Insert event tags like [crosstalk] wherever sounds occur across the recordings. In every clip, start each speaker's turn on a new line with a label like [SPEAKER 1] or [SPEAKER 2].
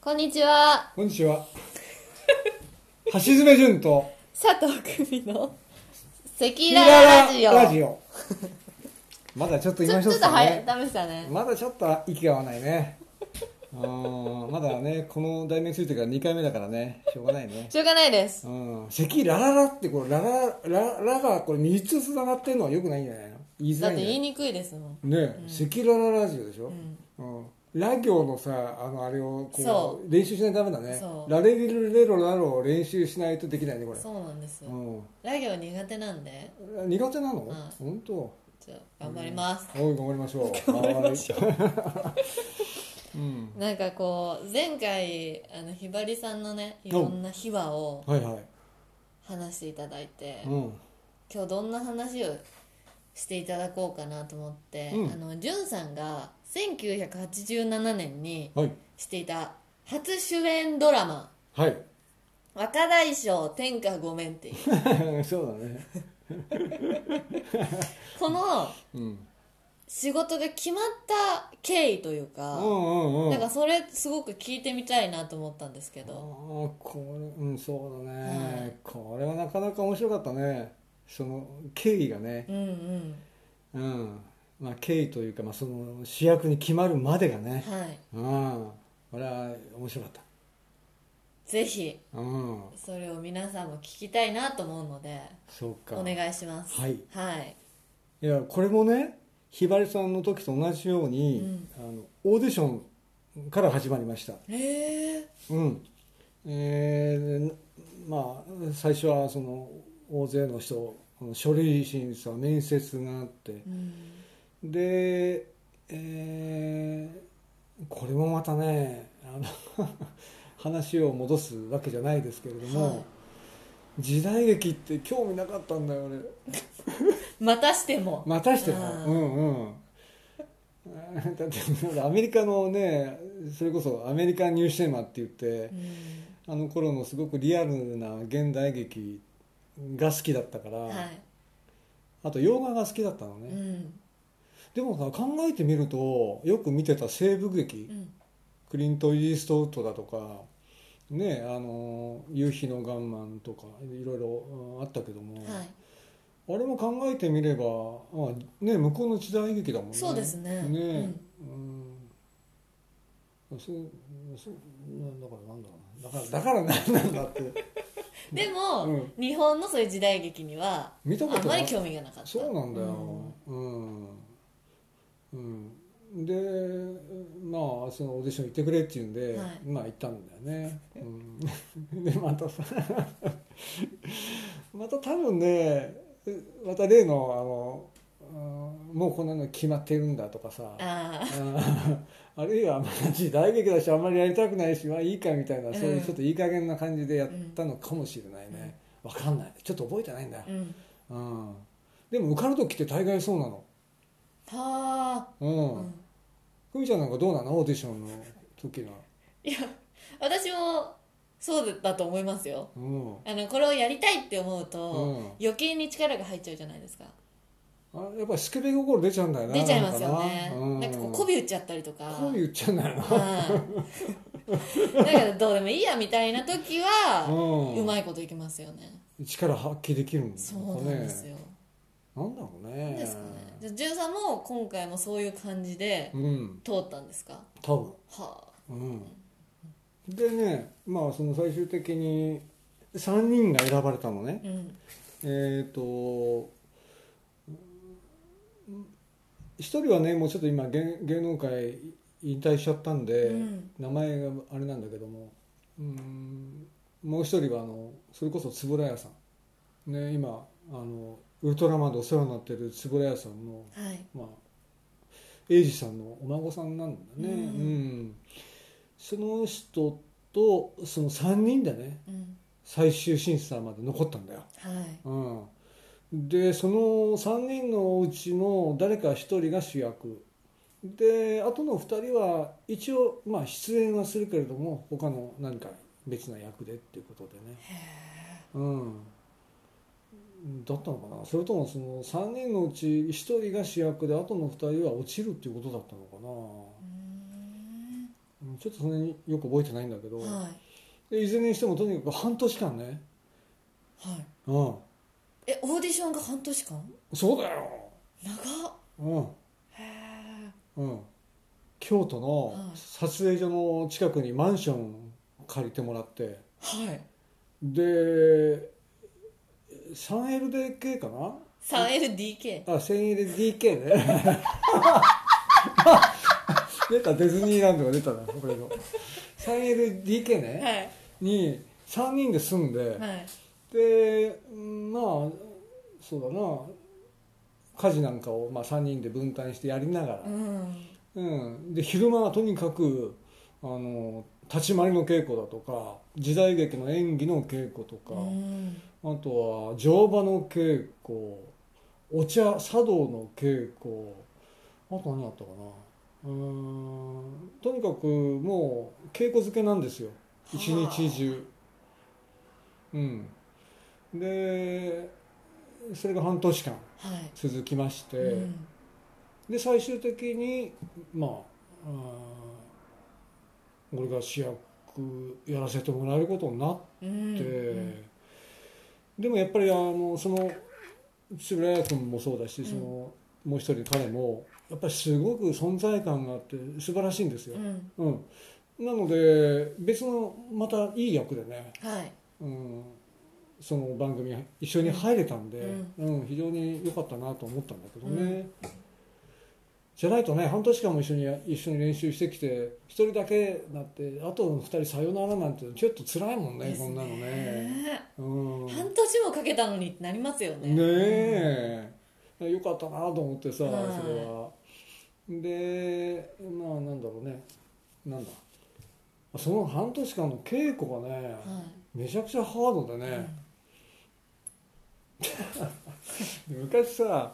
[SPEAKER 1] こんにちは
[SPEAKER 2] こんにちは。橋爪淳と、
[SPEAKER 1] 佐藤久美のセキ
[SPEAKER 2] キ
[SPEAKER 1] ララジオ
[SPEAKER 2] ララジオ。まだちょっと
[SPEAKER 1] ち
[SPEAKER 2] 今
[SPEAKER 1] ょ
[SPEAKER 2] 一
[SPEAKER 1] ちょっ
[SPEAKER 2] つ
[SPEAKER 1] と
[SPEAKER 2] だ
[SPEAKER 1] 早い
[SPEAKER 2] ね。
[SPEAKER 1] ダメでしたね
[SPEAKER 2] まだちょっと息が合わないね。うーん、まだね、この題名ついてから2回目だからね、しょうがないね。
[SPEAKER 1] しょうがないです
[SPEAKER 2] うん、咳ラララってこれララララがこれ3つつながってるのはよくないんじゃないの言いづ
[SPEAKER 1] だ
[SPEAKER 2] ら
[SPEAKER 1] っ
[SPEAKER 2] い
[SPEAKER 1] て
[SPEAKER 2] んじ
[SPEAKER 1] 言
[SPEAKER 2] ゃな
[SPEAKER 1] い
[SPEAKER 2] い
[SPEAKER 1] にくいですもん
[SPEAKER 2] ねえ咳、ラララジオでしょ、うんラ行のさあのあれを
[SPEAKER 1] そ
[SPEAKER 2] こう練習しないとダメだね
[SPEAKER 1] そう
[SPEAKER 2] ラレリルレロラロを練習しないとできないねこれ
[SPEAKER 1] そうなんですよ
[SPEAKER 2] う
[SPEAKER 1] ラ行苦手なんで
[SPEAKER 2] ん、苦手なの、
[SPEAKER 1] うん
[SPEAKER 2] 本当
[SPEAKER 1] ちょっと頑張ります
[SPEAKER 2] おい頑張りましょう頑張りましょう、うん、
[SPEAKER 1] なんかこう前回あのひばりさんのねいろんな秘話を
[SPEAKER 2] はいはい、
[SPEAKER 1] 話していただいて
[SPEAKER 2] うん、
[SPEAKER 1] 今日どんな話をしていただこうかなと思って、
[SPEAKER 2] うん
[SPEAKER 1] あのじゅんさんが1987年に
[SPEAKER 2] はい
[SPEAKER 1] していた初主演ドラマ
[SPEAKER 2] はい
[SPEAKER 1] 「若大将天下御免」っていう
[SPEAKER 2] [laughs] そうだね
[SPEAKER 1] この
[SPEAKER 2] うん
[SPEAKER 1] 仕事が決まった経緯という
[SPEAKER 2] う
[SPEAKER 1] か、
[SPEAKER 2] んうんうん
[SPEAKER 1] なんかそれすごく聞いてみたいなと思ったんですけ
[SPEAKER 2] あ
[SPEAKER 1] ど、
[SPEAKER 2] ーこれうんそうだね、
[SPEAKER 1] はい
[SPEAKER 2] これはなかなか面白かったねその経緯がね
[SPEAKER 1] うんうん
[SPEAKER 2] うんまあ経緯というか、まあ、その主役に決まるまでがね
[SPEAKER 1] はい
[SPEAKER 2] うんこれは面白かっ
[SPEAKER 1] ぜひ
[SPEAKER 2] たうん
[SPEAKER 1] それを皆さんも聞きたいなと思うので
[SPEAKER 2] そうか
[SPEAKER 1] お願いします
[SPEAKER 2] はい
[SPEAKER 1] はい、
[SPEAKER 2] いやこれもねひばりさんの時と同じように、あのオーディションから始まりました
[SPEAKER 1] へえ
[SPEAKER 2] うんえーまあ最初はその大勢の人書類審査面接があって
[SPEAKER 1] うん
[SPEAKER 2] で、えーこれもまたねあの [laughs] 話を戻すわけじゃないですけれども、
[SPEAKER 1] はい
[SPEAKER 2] 時代劇って興味なかったんだよ俺
[SPEAKER 1] またしても、
[SPEAKER 2] またしても
[SPEAKER 1] あー
[SPEAKER 2] うんうんだってなんかアメリカのねそれこそアメリカンニューシネマって言って
[SPEAKER 1] うん
[SPEAKER 2] あの頃のすごくリアルな現代劇が好きだったから、
[SPEAKER 1] はい、
[SPEAKER 2] あと洋画が好きだったのね、
[SPEAKER 1] うん
[SPEAKER 2] でもさ考えてみるとよく見てた西部劇、
[SPEAKER 1] うん
[SPEAKER 2] クリント・イーストウッドだとかねあの夕日のガンマンとかいろいろうんあったけども、
[SPEAKER 1] はい
[SPEAKER 2] あれも考えてみればあ、ね、向こうの時代劇だもんね
[SPEAKER 1] そうですね
[SPEAKER 2] ねうんそうそうだからなんだろうなだからだからなんなんだ
[SPEAKER 1] [laughs]
[SPEAKER 2] って
[SPEAKER 1] でも、
[SPEAKER 2] うん
[SPEAKER 1] 日本のそういう時代劇には
[SPEAKER 2] 見たこ
[SPEAKER 1] あ
[SPEAKER 2] とない
[SPEAKER 1] まり興味がなかった
[SPEAKER 2] そうなんだようん、うんでまあそのオーディション行ってくれって言うんで、
[SPEAKER 1] はい
[SPEAKER 2] まあ行ったんだよね、うん、でまたさ [laughs] また多分ねまた例のあの、うんもうこんなの決まってるんだとかさ
[SPEAKER 1] ああ
[SPEAKER 2] [laughs] あるいはまあ時代劇だしあんまりやりたくないしまあいいかみたいな、そういうちょっといい加減な感じでやったのかもしれないね、わかんないちょっと覚えてないんだよ、
[SPEAKER 1] うん
[SPEAKER 2] うん、でも受かる時って大概そうなの
[SPEAKER 1] はあ、
[SPEAKER 2] うん、
[SPEAKER 1] うん
[SPEAKER 2] ふみちゃんなんかどうなのオーディションの時の
[SPEAKER 1] いや私もそうだと思いますよ
[SPEAKER 2] うん
[SPEAKER 1] あのこれをやりたいって思うと、
[SPEAKER 2] うん
[SPEAKER 1] 余計に力が入っちゃうじゃないですか
[SPEAKER 2] あやっぱりスケベ心出ちゃうんだよな
[SPEAKER 1] 出ちゃいますよね
[SPEAKER 2] うん
[SPEAKER 1] なんかこう媚び打っちゃったりとか
[SPEAKER 2] 媚び言っちゃうんだよな
[SPEAKER 1] はい [laughs] だからどうでもいいやみたいな時は、う
[SPEAKER 2] う
[SPEAKER 1] まいこといきますよね
[SPEAKER 2] ん力発揮できるんだ
[SPEAKER 1] そうなんですよ、
[SPEAKER 2] なんだろう
[SPEAKER 1] な
[SPEAKER 2] ね
[SPEAKER 1] んですかねじゃあ潤さんも今回もそういう感じで
[SPEAKER 2] うん
[SPEAKER 1] 通ったんですか
[SPEAKER 2] 多分
[SPEAKER 1] はあ
[SPEAKER 2] うんでねまあその最終的に3人が選ばれたのね、
[SPEAKER 1] うん
[SPEAKER 2] えー、とうん一人はねもうちょっと今芸芸能界引退しちゃったんで、
[SPEAKER 1] うん
[SPEAKER 2] 名前があれなんだけどもうんもう一人はあのそれこそ円谷さん、ね、今あのウルトラマンでお世話になってる円谷さん
[SPEAKER 1] は
[SPEAKER 2] の、
[SPEAKER 1] い
[SPEAKER 2] まあ、英二さんのお孫さんなんだ
[SPEAKER 1] う
[SPEAKER 2] ね、
[SPEAKER 1] ん
[SPEAKER 2] うんその人とその3人でね
[SPEAKER 1] うん
[SPEAKER 2] 最終審査まで残ったんだよ。
[SPEAKER 1] はい
[SPEAKER 2] うん、でその3人のうちの誰か1人が主役であとの2人は一応、まあ、出演はするけれども他の何か別な役でっていうことでね、
[SPEAKER 1] へえ
[SPEAKER 2] うん、だったのかなそれともその3人のうち1人が主役であとの2人は落ちるっていうことだったのかな
[SPEAKER 1] うーん
[SPEAKER 2] うんちょっとそんなによく覚えてないんだけど、
[SPEAKER 1] はい
[SPEAKER 2] でいずれにしてもとにかく半年間ね、
[SPEAKER 1] はい
[SPEAKER 2] うん、
[SPEAKER 1] えオーディションが半年間
[SPEAKER 2] そうだよ、
[SPEAKER 1] 長っ
[SPEAKER 2] うん
[SPEAKER 1] へえ
[SPEAKER 2] うん、京都の
[SPEAKER 1] はい
[SPEAKER 2] 撮影所の近くにマンション借りてもらって
[SPEAKER 1] はい
[SPEAKER 2] で 3LDK かな
[SPEAKER 1] 3LDK
[SPEAKER 2] あ、1000LDK ね。 [laughs] 出た、ディズニーランドが出たな、これの。3LDK ね、
[SPEAKER 1] はい
[SPEAKER 2] に3人で住んで、
[SPEAKER 1] はい
[SPEAKER 2] で、うんまあ、そうだな、家事なんかを、まあ、3人で分担してやりながら
[SPEAKER 1] う、ん
[SPEAKER 2] うんで昼間はとにかくあの立ち回りの稽古だとか時代劇の演技の稽古と
[SPEAKER 1] う
[SPEAKER 2] か、
[SPEAKER 1] ん
[SPEAKER 2] あとは乗馬の稽古お茶茶道の稽古あと何あったかなうーんとにかくもう稽古漬けなんですよ一日中うんでそれが半年間
[SPEAKER 1] はい
[SPEAKER 2] 続きまして、
[SPEAKER 1] うん
[SPEAKER 2] で最終的にまああー俺が主役やらせてもらえることになっ
[SPEAKER 1] うん
[SPEAKER 2] て、
[SPEAKER 1] うん
[SPEAKER 2] でもやっぱりあのその円谷君もそうだし
[SPEAKER 1] うん
[SPEAKER 2] その、もう一人彼もやっぱりすごく存在感があって素晴らしいんですよ、
[SPEAKER 1] うん
[SPEAKER 2] うんなので別のまたいい役でね、
[SPEAKER 1] はい
[SPEAKER 2] うん、その番組に一緒に入れたんで、
[SPEAKER 1] う
[SPEAKER 2] うん非常に良かったなと思ったんだけどね、じゃないとね半年間も一緒にや一緒に練習してきて一人だけなってあとの二人さよならなんてちょっと辛いもんね
[SPEAKER 1] です
[SPEAKER 2] こんなのね。
[SPEAKER 1] ね
[SPEAKER 2] うん、ね
[SPEAKER 1] 半年もかけたのにってなりますよね
[SPEAKER 2] え、よかったなと思ってさ、
[SPEAKER 1] はい
[SPEAKER 2] それは。でまあなんだろうねなんだその半年間の稽古がね、
[SPEAKER 1] うんは
[SPEAKER 2] めちゃくちゃハードで
[SPEAKER 1] い
[SPEAKER 2] ね、昔さ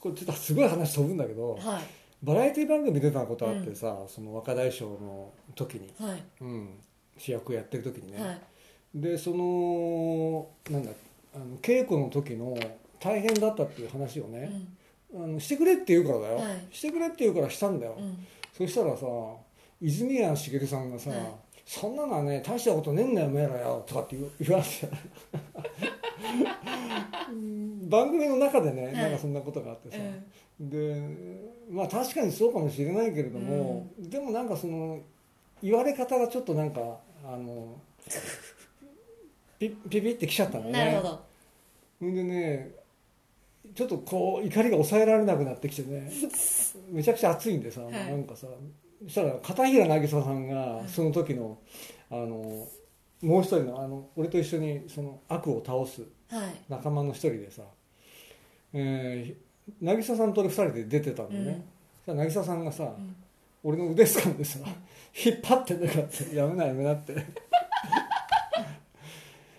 [SPEAKER 2] これちょっとすごい話飛ぶんだけど
[SPEAKER 1] はい
[SPEAKER 2] バラエティ番組出たことあってさ、その若大将の時に、
[SPEAKER 1] はい
[SPEAKER 2] うん、主役をやってる時にね、
[SPEAKER 1] はい
[SPEAKER 2] でそのなんだあの稽古の時の大変だったっていう話を
[SPEAKER 1] う
[SPEAKER 2] ね、
[SPEAKER 1] ん
[SPEAKER 2] あのしてくれって言うからだよ、
[SPEAKER 1] はい
[SPEAKER 2] してくれって言うからしたんだよ、
[SPEAKER 1] うん
[SPEAKER 2] そしたらさ泉谷しげるさんがさ、
[SPEAKER 1] はい
[SPEAKER 2] そんなのはね大したことねえんだよおめえらよ」とかって言う言われて
[SPEAKER 1] [laughs]
[SPEAKER 2] うん番組の中でね、
[SPEAKER 1] い
[SPEAKER 2] なんかそんなことがあってさ、
[SPEAKER 1] うん
[SPEAKER 2] でまあ確かにそうかもしれないけれども、でもなんかその言われ方がちょっとなんかあのピピピってきちゃったのね
[SPEAKER 1] なるほど
[SPEAKER 2] ほんでねちょっとこう怒りが抑えられなくなってきてねめちゃくちゃ熱いんでさ、
[SPEAKER 1] い
[SPEAKER 2] なんかさそしたら片平渚さんが
[SPEAKER 1] い
[SPEAKER 2] その時のあのもう一人のあの俺と一緒にその悪を倒す
[SPEAKER 1] はい
[SPEAKER 2] 仲間の一人でさ、えー、渚さんと俺二人で出てたの
[SPEAKER 1] うん
[SPEAKER 2] ね、さ渚さんがさ、
[SPEAKER 1] ん
[SPEAKER 2] 俺の腕掴んでさ引っ張ってんだからってやめなやめなってい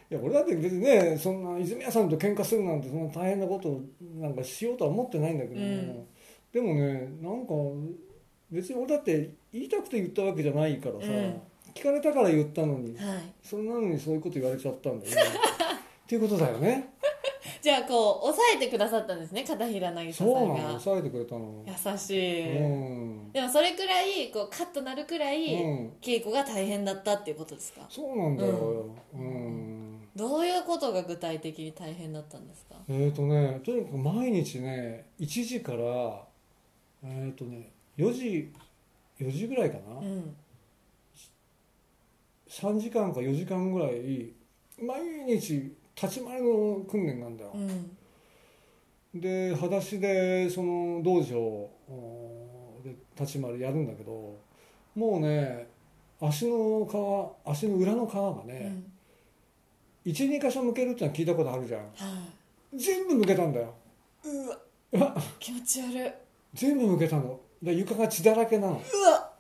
[SPEAKER 2] や俺だって別にねそんな泉谷さんと喧嘩するなんてそんな大変なことなんかしようとは思ってないんだけども、
[SPEAKER 1] うん
[SPEAKER 2] でもねなんか別に俺だって言いたくて言ったわけじゃないからさ、
[SPEAKER 1] うん
[SPEAKER 2] 聞かれたから言ったのに
[SPEAKER 1] はい
[SPEAKER 2] そんなのにそういうこと言われちゃったん
[SPEAKER 1] [laughs]
[SPEAKER 2] だよねっていうことだよね
[SPEAKER 1] じゃあこう抑えてくださったんですね片平渚さ
[SPEAKER 2] そうなの
[SPEAKER 1] ん
[SPEAKER 2] 抑えてくれたの
[SPEAKER 1] が優しい、
[SPEAKER 2] うん、
[SPEAKER 1] でもそれくらいこうカッとなるくらい
[SPEAKER 2] うん
[SPEAKER 1] 稽古が大変だったっていうことですか
[SPEAKER 2] そうなんだようん
[SPEAKER 1] どういうことが具体的に大変だったんですか
[SPEAKER 2] えーとね、とにかく毎日ね1時からえーとね4時4時ぐらいかな、
[SPEAKER 1] うん
[SPEAKER 2] 3時間か4時間ぐらい毎日立ち回りの訓練なんだよ、
[SPEAKER 1] うん
[SPEAKER 2] で裸足でその道場おーで立ち回りやるんだけどもうね足の皮足の裏の皮が
[SPEAKER 1] う
[SPEAKER 2] ね、
[SPEAKER 1] ん
[SPEAKER 2] 12箇所向けるってのは聞いたことあるじゃん
[SPEAKER 1] は
[SPEAKER 2] 全部向けたんだよ
[SPEAKER 1] いうわ気持ち悪いう
[SPEAKER 2] 全部向けたので床が血だらけなの
[SPEAKER 1] わ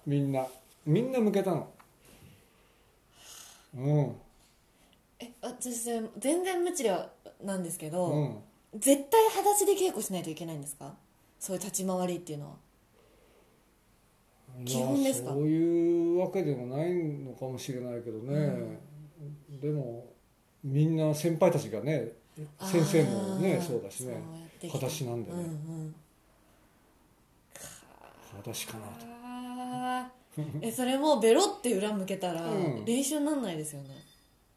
[SPEAKER 2] みんなみんな向けたのうん
[SPEAKER 1] え私全然無知ではなんですけど、
[SPEAKER 2] うん
[SPEAKER 1] 絶対裸足で稽古しないといけないんですかそういう立ち回りっていうのは基本ですか
[SPEAKER 2] まあそういうわけでもないのかもしれないけどね、でもみんな先輩たちがね先生もね
[SPEAKER 1] あー
[SPEAKER 2] そうだしね
[SPEAKER 1] そうやってきた
[SPEAKER 2] 裸足なんでね
[SPEAKER 1] うんうん
[SPEAKER 2] 裸足かなと
[SPEAKER 1] あーえそれもベロって裏向けたら
[SPEAKER 2] うん
[SPEAKER 1] 練習になんないですよね、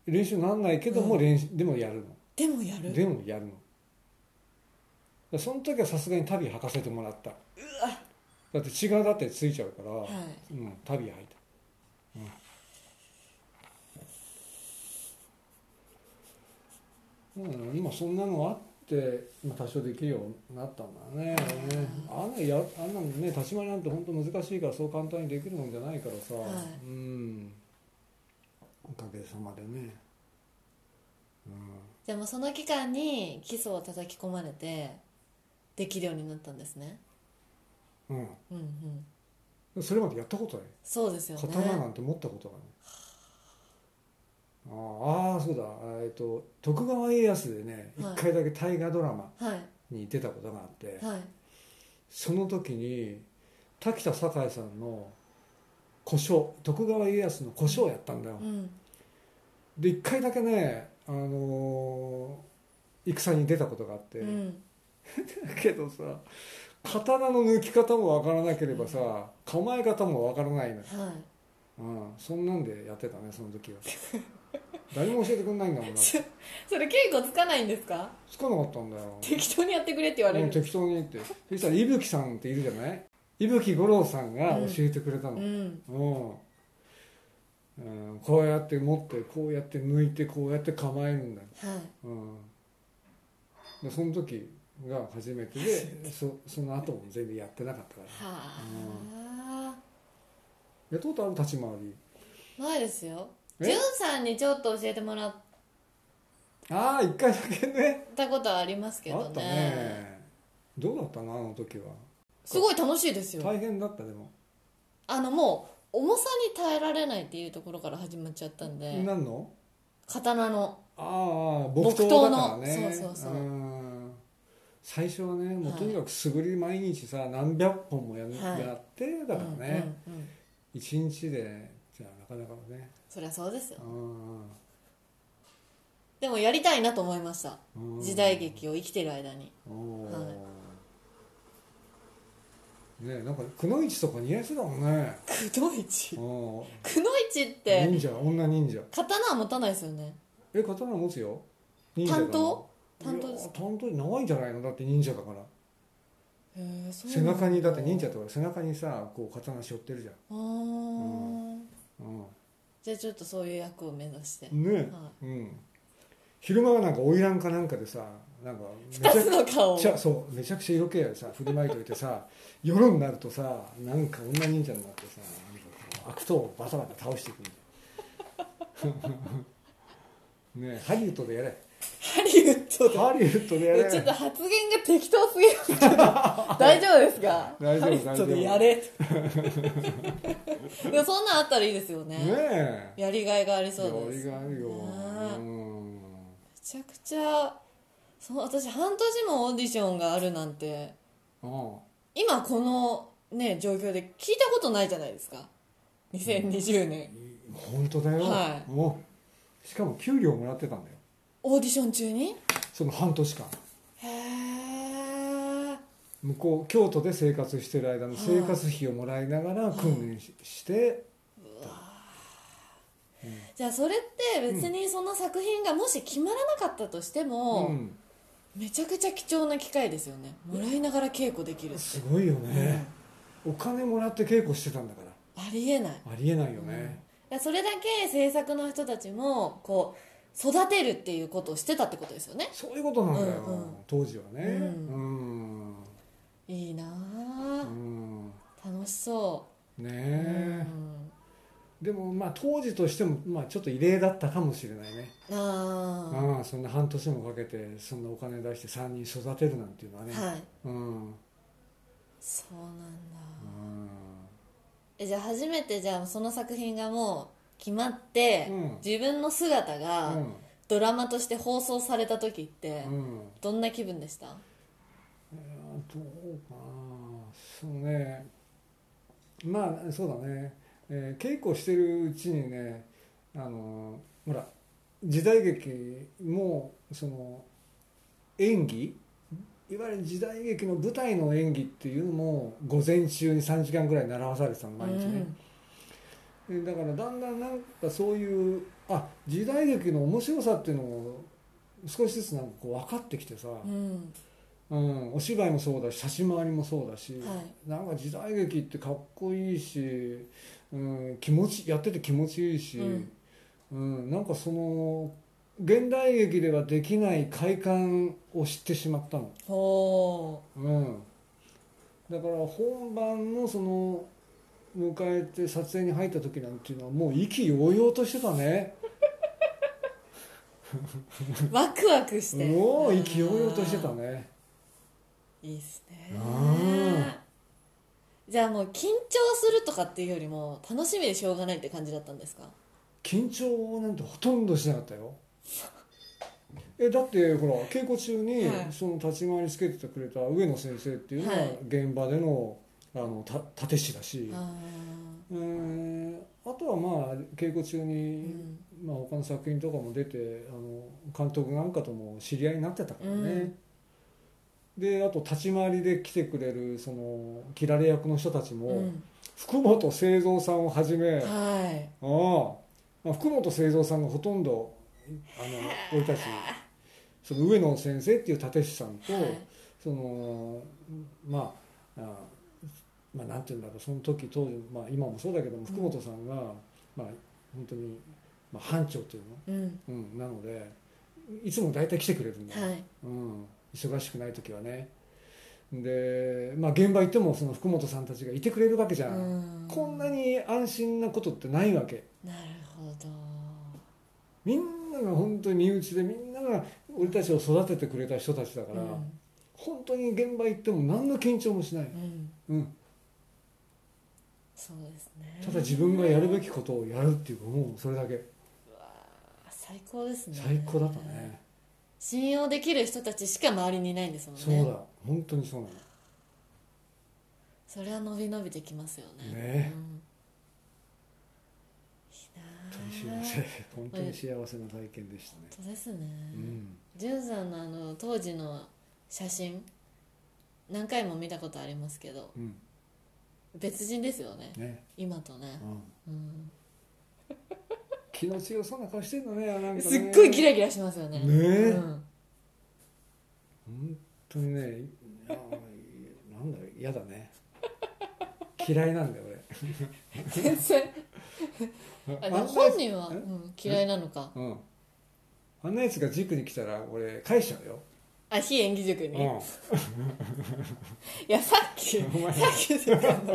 [SPEAKER 2] 練習なんないけど
[SPEAKER 1] う
[SPEAKER 2] も
[SPEAKER 1] ん
[SPEAKER 2] 練習、でもやる
[SPEAKER 1] でもや
[SPEAKER 2] の
[SPEAKER 1] る
[SPEAKER 2] でもやるのでその時はさすがに旅履かせてもらっただって違うだってついちゃうから、
[SPEAKER 1] はい
[SPEAKER 2] うん、旅履いた、うんうん今そんなのあってまあ多少できるようになったんだねあれねあんなやあんなのね立ち回りなんて本当難しいからそう簡単にできるもんじゃないからさ、
[SPEAKER 1] はい
[SPEAKER 2] うんおかげさまでね、
[SPEAKER 1] でもその期間に基礎を叩き込まれてできるようになったんですね
[SPEAKER 2] うん
[SPEAKER 1] うんうん
[SPEAKER 2] うん、それまでやったことない
[SPEAKER 1] そうですよね
[SPEAKER 2] 刀なんて持ったことがないあーあーそうだえっと徳川家康でね
[SPEAKER 1] はい
[SPEAKER 2] 一回だけ大河ドラマ
[SPEAKER 1] はい
[SPEAKER 2] に出たことがあって、
[SPEAKER 1] はい
[SPEAKER 2] その時に滝田栄さんの故障徳川家康の故障やったんだよ、
[SPEAKER 1] うん
[SPEAKER 2] で一回だけね、あのー戦に出たことがあって、
[SPEAKER 1] うん
[SPEAKER 2] だけどさ刀の抜き方もわからなければさ、構え方もわからないのよ
[SPEAKER 1] は
[SPEAKER 2] うん、そんなんでやってたねその時
[SPEAKER 1] [laughs]
[SPEAKER 2] は誰も教えてくれないんだもんない
[SPEAKER 1] そそれ稽古つかないんですか
[SPEAKER 2] つかなかったんだよ
[SPEAKER 1] 適当にやってくれって言われ
[SPEAKER 2] うん
[SPEAKER 1] る
[SPEAKER 2] 適当にってそしたら伊吹さんっているじゃない伊吹五郎さんが教えてくれた
[SPEAKER 1] う
[SPEAKER 2] の、
[SPEAKER 1] ん
[SPEAKER 2] うんうんこうやって持ってこうやって抜いてこうやって構えるんだよ、
[SPEAKER 1] はい
[SPEAKER 2] うん、でその時が初めて
[SPEAKER 1] [laughs]
[SPEAKER 2] でそその後も全然やってなかったから
[SPEAKER 1] はあ
[SPEAKER 2] やったことある立ち回り
[SPEAKER 1] ないですよ
[SPEAKER 2] え
[SPEAKER 1] じゅんさんにちょっと教えてもらっ
[SPEAKER 2] ああ一回だけね
[SPEAKER 1] たことはありますけ
[SPEAKER 2] あ
[SPEAKER 1] ど
[SPEAKER 2] った
[SPEAKER 1] ね
[SPEAKER 2] ねどうだったのあの時は
[SPEAKER 1] すごい楽しいですよ
[SPEAKER 2] 大変だったでも、
[SPEAKER 1] あのもう重さに耐えられないっていうところから始まっちゃったんで
[SPEAKER 2] なんの
[SPEAKER 1] 刀の
[SPEAKER 2] ああ木刀だからね
[SPEAKER 1] 木刀のそうそうそうん
[SPEAKER 2] 最初はねもう
[SPEAKER 1] はい
[SPEAKER 2] とにかく素振り毎日さ何百本もや,、
[SPEAKER 1] はい
[SPEAKER 2] やってだからね、
[SPEAKER 1] うんうんうん
[SPEAKER 2] 一日でじゃあなかなかね
[SPEAKER 1] そりゃそうですよ
[SPEAKER 2] うん
[SPEAKER 1] でもやりたいなと思いました
[SPEAKER 2] うん
[SPEAKER 1] 時代劇を生きてる間に
[SPEAKER 2] おー
[SPEAKER 1] は
[SPEAKER 2] ねえなんかくのいちとか似合いそうだもんね
[SPEAKER 1] くのいち
[SPEAKER 2] う
[SPEAKER 1] く
[SPEAKER 2] ん
[SPEAKER 1] のいちって
[SPEAKER 2] 忍者女忍者
[SPEAKER 1] 刀は持たないですよね
[SPEAKER 2] え刀持つよ忍者だもん
[SPEAKER 1] 担当担当です
[SPEAKER 2] いや担当長いんじゃないのだって忍者だから
[SPEAKER 1] へえそうな
[SPEAKER 2] 背
[SPEAKER 1] ん
[SPEAKER 2] 中にだって忍者とか背中にさこう刀背負ってるじゃ
[SPEAKER 1] あー
[SPEAKER 2] ん、
[SPEAKER 1] じゃあちょっとそういう役を目指して
[SPEAKER 2] うん、ね
[SPEAKER 1] は
[SPEAKER 2] え、うん、昼間はなんか花魁かなんかでさなんかめち
[SPEAKER 1] 二つ
[SPEAKER 2] ゃ
[SPEAKER 1] の顔を
[SPEAKER 2] くちゃそうめちゃくちゃ色気やさ振りまいといてさ [laughs] 夜になるとさなんか女忍者になってさなんかこう悪党をバタバタ倒していくみたいな [laughs] ねえハリウッドでやれ
[SPEAKER 1] ハリウッドで
[SPEAKER 2] ハリウッドでやれ
[SPEAKER 1] ちょっと発言が適当すぎるんですけ
[SPEAKER 2] [laughs]
[SPEAKER 1] ど大丈夫ですか
[SPEAKER 2] 大丈夫
[SPEAKER 1] ハリウッドでやれでもそんなんあったらいいですよね
[SPEAKER 2] ねえ
[SPEAKER 1] やりがいがありそう
[SPEAKER 2] よ
[SPEAKER 1] で
[SPEAKER 2] り
[SPEAKER 1] す
[SPEAKER 2] があるよ、
[SPEAKER 1] ね
[SPEAKER 2] う
[SPEAKER 1] め
[SPEAKER 2] ん
[SPEAKER 1] ちゃくちゃその私半年もオーディションがあるなんて
[SPEAKER 2] あ
[SPEAKER 1] 今このね状況で聞いたことないじゃないですか2020年、
[SPEAKER 2] あ本当だよ、
[SPEAKER 1] はい
[SPEAKER 2] もうしかも給料もらってたんだよ
[SPEAKER 1] オーディション中に
[SPEAKER 2] その半年間
[SPEAKER 1] へえ
[SPEAKER 2] 向こう京都で生活してる間の生活費をもらいながら訓練し,、て
[SPEAKER 1] じゃあそれって別にその作品がもし決まらなかったとしても、
[SPEAKER 2] うん
[SPEAKER 1] めちゃくちゃ貴重な機会ですよねもらいながら稽古できる
[SPEAKER 2] すごいよね、お金もらって稽古してたんだか
[SPEAKER 1] ありえない
[SPEAKER 2] らありえないよね、
[SPEAKER 1] だからそれだけ制作の人たちもこう育てるっていうことをしてたってことですよね
[SPEAKER 2] そういうことなんだよ、
[SPEAKER 1] うんうん
[SPEAKER 2] 当時はねう
[SPEAKER 1] うんいいな
[SPEAKER 2] う
[SPEAKER 1] あ
[SPEAKER 2] ん、
[SPEAKER 1] 楽しそ
[SPEAKER 2] ね
[SPEAKER 1] う、
[SPEAKER 2] え、
[SPEAKER 1] うん
[SPEAKER 2] でもまあ当時としても、まあ、ちょっと異例だったかもしれないね、
[SPEAKER 1] ああ
[SPEAKER 2] うん、そんな半年もかけてそんなお金出して3人育てるなんていうのはね、
[SPEAKER 1] はい
[SPEAKER 2] うん、うん、
[SPEAKER 1] そうなんだえじゃあ初めてじゃあその作品がもう決まって、
[SPEAKER 2] うん
[SPEAKER 1] 自分の姿がドラマとして放送された時って、
[SPEAKER 2] うんうん
[SPEAKER 1] どんな気分でした
[SPEAKER 2] いやどうかなそうねまあそうだね、えー稽古してるうちにねあのほら時代劇もその演技いわゆる時代劇の舞台の演技っていうのも午前中に3時間ぐらい習わされてたの毎日ね、
[SPEAKER 1] うん
[SPEAKER 2] でだからだんだんなんかそういうあ時代劇の面白さっていうのも少しずつなんかこう分かってきてさ、
[SPEAKER 1] うん
[SPEAKER 2] うん、お芝居もそうだし差し回りもそうだし、
[SPEAKER 1] は
[SPEAKER 2] なんか時代劇ってかっこいいし、うん、気持ちやってて気持ちいいし、
[SPEAKER 1] うん
[SPEAKER 2] うんなんかその現代劇ではできない快感を知ってしまったの、
[SPEAKER 1] ほ
[SPEAKER 2] うん、だから本番のその迎えて撮影に入った時なんていうのはもう意気揚々としてたね
[SPEAKER 1] うワクワク
[SPEAKER 2] [laughs]
[SPEAKER 1] して
[SPEAKER 2] もう意気揚々としてた
[SPEAKER 1] うん
[SPEAKER 2] ね
[SPEAKER 1] いいっすね
[SPEAKER 2] うん
[SPEAKER 1] じゃあもう緊張するとかっていうよりも楽しみでしょうがないって感じだったんですか
[SPEAKER 2] 緊張なんてほとんどしなかった
[SPEAKER 1] [laughs]
[SPEAKER 2] よえだってほら稽古中に
[SPEAKER 1] はい
[SPEAKER 2] その立ち回りつけてくれた上野先生っていうのは
[SPEAKER 1] はい
[SPEAKER 2] 現場でのあのた立て師だし、
[SPEAKER 1] あ
[SPEAKER 2] うーんあとはまあ稽古中
[SPEAKER 1] ー
[SPEAKER 2] に、まあ、他の作品とかも出てあの監督なんかとも知り合いになってたからね、であと立ち回りで来てくれるその切られ役の人たちも、
[SPEAKER 1] うん
[SPEAKER 2] 福本清三さんをはじめ、あ
[SPEAKER 1] はい
[SPEAKER 2] あまあ福本清三さんがほとんどあの俺たちその上野先生っていう立石さんと、
[SPEAKER 1] はい
[SPEAKER 2] そのまああまあなんて言うんだろうその時当時、まあ、今もそうだけども福本さんが、まあ本当に、まあ、班長という
[SPEAKER 1] うん
[SPEAKER 2] の、うん、なのでいつも大体来てくれるんだよ、
[SPEAKER 1] はい
[SPEAKER 2] うん、忙しくない時はねで、まあ、現場行ってもその福本さんたちがいてくれるわけじゃん、
[SPEAKER 1] うん
[SPEAKER 2] こんなに安心なことってないわけ
[SPEAKER 1] なるほど
[SPEAKER 2] みんなが本当に身内でみんなが俺たちを育ててくれた人たちだから、
[SPEAKER 1] うん
[SPEAKER 2] 本当に現場行っても何の緊張もしない、
[SPEAKER 1] うん
[SPEAKER 2] うん、
[SPEAKER 1] そうですね
[SPEAKER 2] ただ自分がやるべきことをやるっていうもうそれだけ
[SPEAKER 1] 最高ですね
[SPEAKER 2] 最高だったね
[SPEAKER 1] 信用できる人たちしか周りにいないんですもんね
[SPEAKER 2] そうだ本当にそうなの
[SPEAKER 1] それは伸び伸びできますよね
[SPEAKER 2] ね
[SPEAKER 1] うんいいな
[SPEAKER 2] 本当に幸
[SPEAKER 1] あ
[SPEAKER 2] せ本当に幸せな体験でしたね、
[SPEAKER 1] 本当ですね
[SPEAKER 2] うん、
[SPEAKER 1] ジュンさんのあの当時の写真何回も見たことありますけど
[SPEAKER 2] うん、
[SPEAKER 1] 別人ですよね
[SPEAKER 2] ね、
[SPEAKER 1] 今とね
[SPEAKER 2] う、ん、
[SPEAKER 1] うん、
[SPEAKER 2] 気の強そうな顔してんのねなんかね
[SPEAKER 1] すっごいギラギラしますよね
[SPEAKER 2] ねえ
[SPEAKER 1] うん
[SPEAKER 2] 本当にねいやなんだろう嫌だね嫌いなんだよ
[SPEAKER 1] 全然
[SPEAKER 2] 俺
[SPEAKER 1] あで
[SPEAKER 2] あ
[SPEAKER 1] も
[SPEAKER 2] んな
[SPEAKER 1] 本人は、
[SPEAKER 2] え
[SPEAKER 1] うん、嫌いなのか
[SPEAKER 2] うんあんなやつが塾に来たら俺返しちゃうよ、
[SPEAKER 1] あ非演技塾
[SPEAKER 2] う
[SPEAKER 1] に、い
[SPEAKER 2] ん、
[SPEAKER 1] やさっきさ
[SPEAKER 2] お前
[SPEAKER 1] っき言ってたの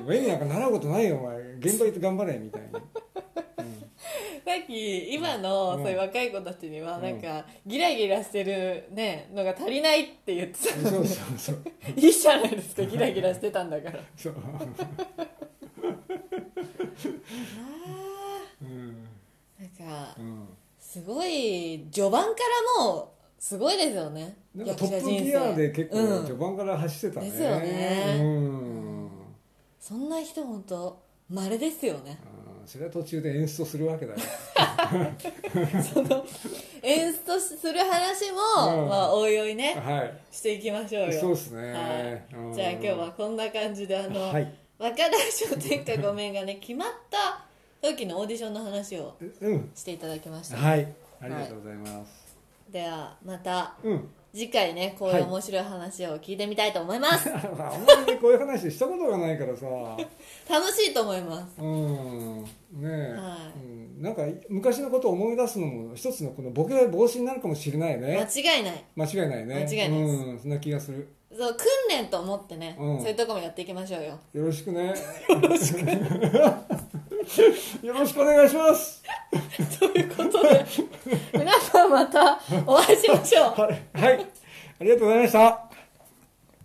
[SPEAKER 2] もう絵になんか習うことないよお前現場行って頑張れみたいに、
[SPEAKER 1] [laughs] さっき今の、
[SPEAKER 2] うん
[SPEAKER 1] そういう若い子たちには、
[SPEAKER 2] うん
[SPEAKER 1] なんかギラギラしてるねのが足りないって言ってた
[SPEAKER 2] うん、そうそうそう
[SPEAKER 1] いいじゃないですかギラギラしてたんだから
[SPEAKER 2] そう、
[SPEAKER 1] あ
[SPEAKER 2] うん
[SPEAKER 1] ーなんか
[SPEAKER 2] うん、
[SPEAKER 1] すごい序盤からもうすごいですよね
[SPEAKER 2] なんかトップギアで
[SPEAKER 1] う
[SPEAKER 2] 結構
[SPEAKER 1] ん
[SPEAKER 2] 序盤から走ってたね、
[SPEAKER 1] ですよね
[SPEAKER 2] うん
[SPEAKER 1] そんな人本当まれですよね
[SPEAKER 2] あーそれは途中で演出をするわ
[SPEAKER 1] [laughs]
[SPEAKER 2] けだよ
[SPEAKER 1] 演出する話も、
[SPEAKER 2] うん
[SPEAKER 1] まあ、おいおいね
[SPEAKER 2] は
[SPEAKER 1] していきましょう
[SPEAKER 2] いそうで
[SPEAKER 1] よ
[SPEAKER 2] すね、
[SPEAKER 1] は
[SPEAKER 2] うん
[SPEAKER 1] い、じゃあ今日はこんな感じであの、
[SPEAKER 2] はい
[SPEAKER 1] 若大商店会ごめんがね決まった時のオーディションの話を
[SPEAKER 2] うん
[SPEAKER 1] していただきました、
[SPEAKER 2] はいありがとうございます、
[SPEAKER 1] ではまた
[SPEAKER 2] うん [laughs]
[SPEAKER 1] 次回ねこういう面白い話を聞いてみたいと思い
[SPEAKER 2] [laughs]
[SPEAKER 1] ます、
[SPEAKER 2] あんまりねこういう話したことがないからさ
[SPEAKER 1] 楽しいと思います
[SPEAKER 2] うんねえ、
[SPEAKER 1] は
[SPEAKER 2] うん、なんか昔のことを思い出すのも一つのこのボケ防止になるかもしれないね
[SPEAKER 1] 間違いない
[SPEAKER 2] 間違いないね
[SPEAKER 1] 間違いないです
[SPEAKER 2] うん、そんな気がする
[SPEAKER 1] そう訓練と思ってね、
[SPEAKER 2] うん
[SPEAKER 1] そういうとこもやっていきましょうよ
[SPEAKER 2] よろしくねよろしく [laughs] よろしくお願いします
[SPEAKER 1] ということで
[SPEAKER 2] [laughs]
[SPEAKER 1] 皆さんまたお会いしましょう
[SPEAKER 2] はい、はい、ありがとうございました